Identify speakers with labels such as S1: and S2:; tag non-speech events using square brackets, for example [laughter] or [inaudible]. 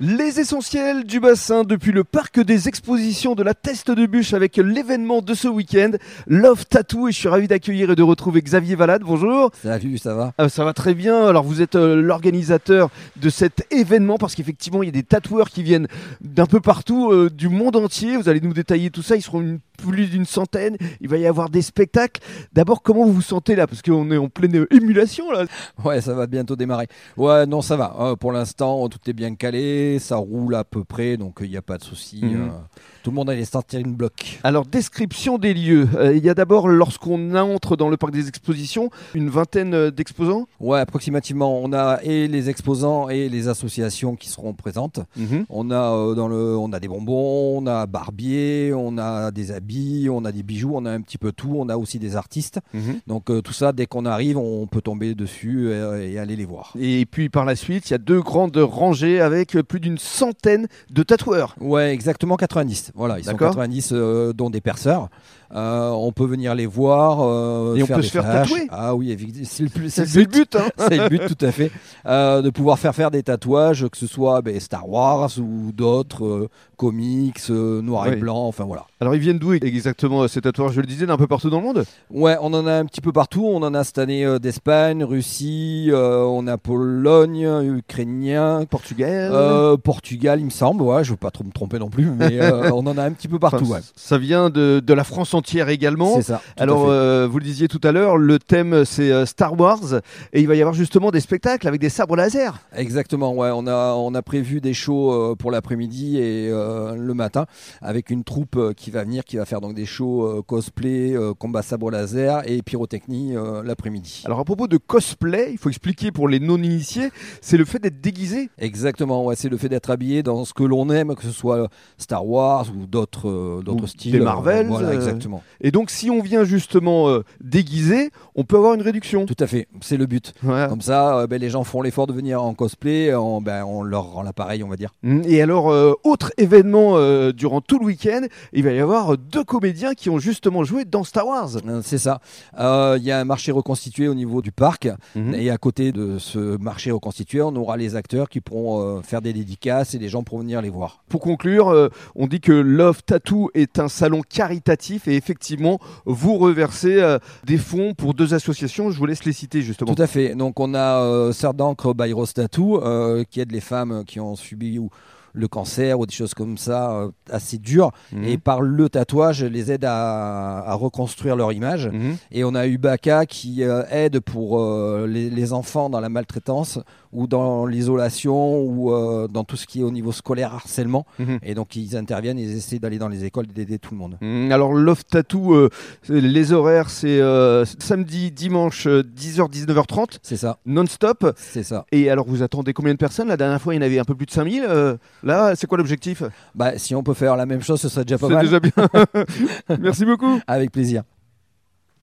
S1: Les essentiels du bassin depuis le parc des expositions de la Teste de Bûche avec l'événement de ce week-end, Love Tattoo. Et je suis ravi d'accueillir et de retrouver Xavier Valade. Bonjour.
S2: Salut, ça va
S1: Euh, ça va très bien. Alors, vous êtes euh, l'organisateur de cet événement parce qu'effectivement, il y a des tatoueurs qui viennent d'un peu partout, euh, du monde entier. Vous allez nous détailler tout ça. Ils seront une- plus d'une centaine. Il va y avoir des spectacles. D'abord, comment vous vous sentez là Parce qu'on est en pleine euh, émulation là.
S2: Ouais, ça va bientôt démarrer. Ouais, non, ça va. Euh, pour l'instant, tout est bien calé, ça roule à peu près, donc il n'y a pas de souci.
S1: Mhm.
S2: euh, tout le monde allait sortir une bloc.
S1: Alors, description des lieux. Euh, il y a d'abord, lorsqu'on entre dans le parc des expositions, une vingtaine euh, d'exposants.
S2: Ouais, approximativement, on a et les exposants et les associations qui seront présentes. On a euh, dans le, on a des bonbons, on a barbier, on a des habits, on a des bijoux, on a un petit peu tout. On a aussi des artistes. Donc euh, tout ça, dès qu'on arrive, on peut tomber dessus euh, et aller les voir.
S1: Et puis par la suite, il y a deux grandes rangées avec euh, plus d'une centaine de tatoueurs.
S2: Ouais, exactement 90. Voilà, ils sont
S1: D'accord.
S2: 90, euh, dont des perceurs. Euh, on peut venir les voir. euh,
S1: Et on peut
S2: des
S1: se faire
S2: flashs.
S1: tatouer.
S2: Ah oui, évi- c'est le, plus- c'est
S1: C'est
S2: le
S1: le
S2: but. [laughs]
S1: but, hein
S2: C'est le but, tout à fait. Euh, de pouvoir faire faire des tatouages, que ce soit ben, Star Wars ou d'autres, euh, comics, euh, noir et
S1: Oui.
S2: blanc, enfin voilà.
S1: Alors ils viennent d'où exactement euh, ces tatoueurs Je le disais, d'un peu partout dans le monde
S2: Ouais, on en a un petit peu partout. On en a cette année euh, d'Espagne, Russie, euh, on a Pologne, Ukrainien,
S1: Portugal
S2: euh, Portugal, il me semble. Ouais, je veux pas trop me tromper non plus,
S1: [laughs]
S2: mais euh, on en a un petit peu partout.
S1: Enfin,
S2: ouais.
S1: c- Ça vient de, de la France entière également.
S2: C'est ça. tout à fait.
S1: Alors, euh, vous le disiez tout à l'heure, le thème c'est euh, Star Wars et il va y avoir justement des spectacles avec des sabres laser.
S2: Exactement, ouais. On a, on a prévu des shows euh, pour l'après-midi et euh, le matin avec une troupe euh, qui va venir, qui va faire donc des shows euh, cosplay, euh, combat sabre laser et pyrotechnie euh, l'après-midi.
S1: Alors, à propos de cosplay, il faut expliquer pour les non-initiés, c'est le fait d'être déguisé.
S2: Exactement, ouais. C'est le fait d'être habillé dans ce que l'on aime, que ce soit euh, Star Wars ou d'autres, euh, d'autres
S1: Ou
S2: styles.
S1: des
S2: euh,
S1: Marvels,
S2: Voilà,
S1: euh,
S2: exactement.
S1: Et donc, si on vient justement euh, déguisé, on peut avoir une réduction.
S2: Tout à fait. C'est le but.
S1: Voilà.
S2: Comme ça, euh, ben, les gens font l'effort de venir en cosplay. On, ben, on leur rend l'appareil, on va dire.
S1: Mm, Et alors, euh, autre événement euh, durant tout le week-end, il va y avoir euh, deux comédiens qui ont justement joué dans Star Wars.
S2: Euh, C'est ça. Euh, Il y a un marché reconstitué au niveau du parc.
S1: Mhm.
S2: Et à côté de ce marché reconstitué, on aura les acteurs qui pourront euh, faire des dédicaces et les gens pourront venir les voir.
S1: Pour conclure, euh, on dit que Love Tattoo est un salon caritatif et effectivement, vous reversez euh, des fonds pour deux associations. Je vous laisse les citer justement.
S2: Tout à fait. Donc on a euh, Sœur d'encre by Rose Tattoo euh, qui aide les femmes qui ont subi ou le cancer ou des choses comme ça euh, assez dures
S1: Mhm.
S2: et par le tatouage les aide à, à reconstruire leur image.
S1: Mhm.
S2: Et on a Ubaka qui euh, aide pour euh, les, les enfants dans la maltraitance ou dans l'isolation ou euh, dans tout ce qui est au niveau scolaire harcèlement.
S1: Mhm.
S2: Et donc ils interviennent, ils essaient d'aller dans les écoles et d'aider tout le monde.
S1: Mm, Alors Love Tattoo, euh, c'est- les horaires c'est euh, samedi, dimanche, euh, 10h-19h30,
S2: C'est ça,
S1: non-stop.
S2: c'est ça.
S1: Et alors vous attendez combien de personnes La dernière fois il y en avait un peu plus de 5000. euh, là c'est quoi l'objectif
S2: Bah, si on peut faire la même chose, ce serait déjà pas
S1: C'est
S2: mal. [laughs]
S1: déjà bien. Merci beaucoup.
S2: Avec plaisir.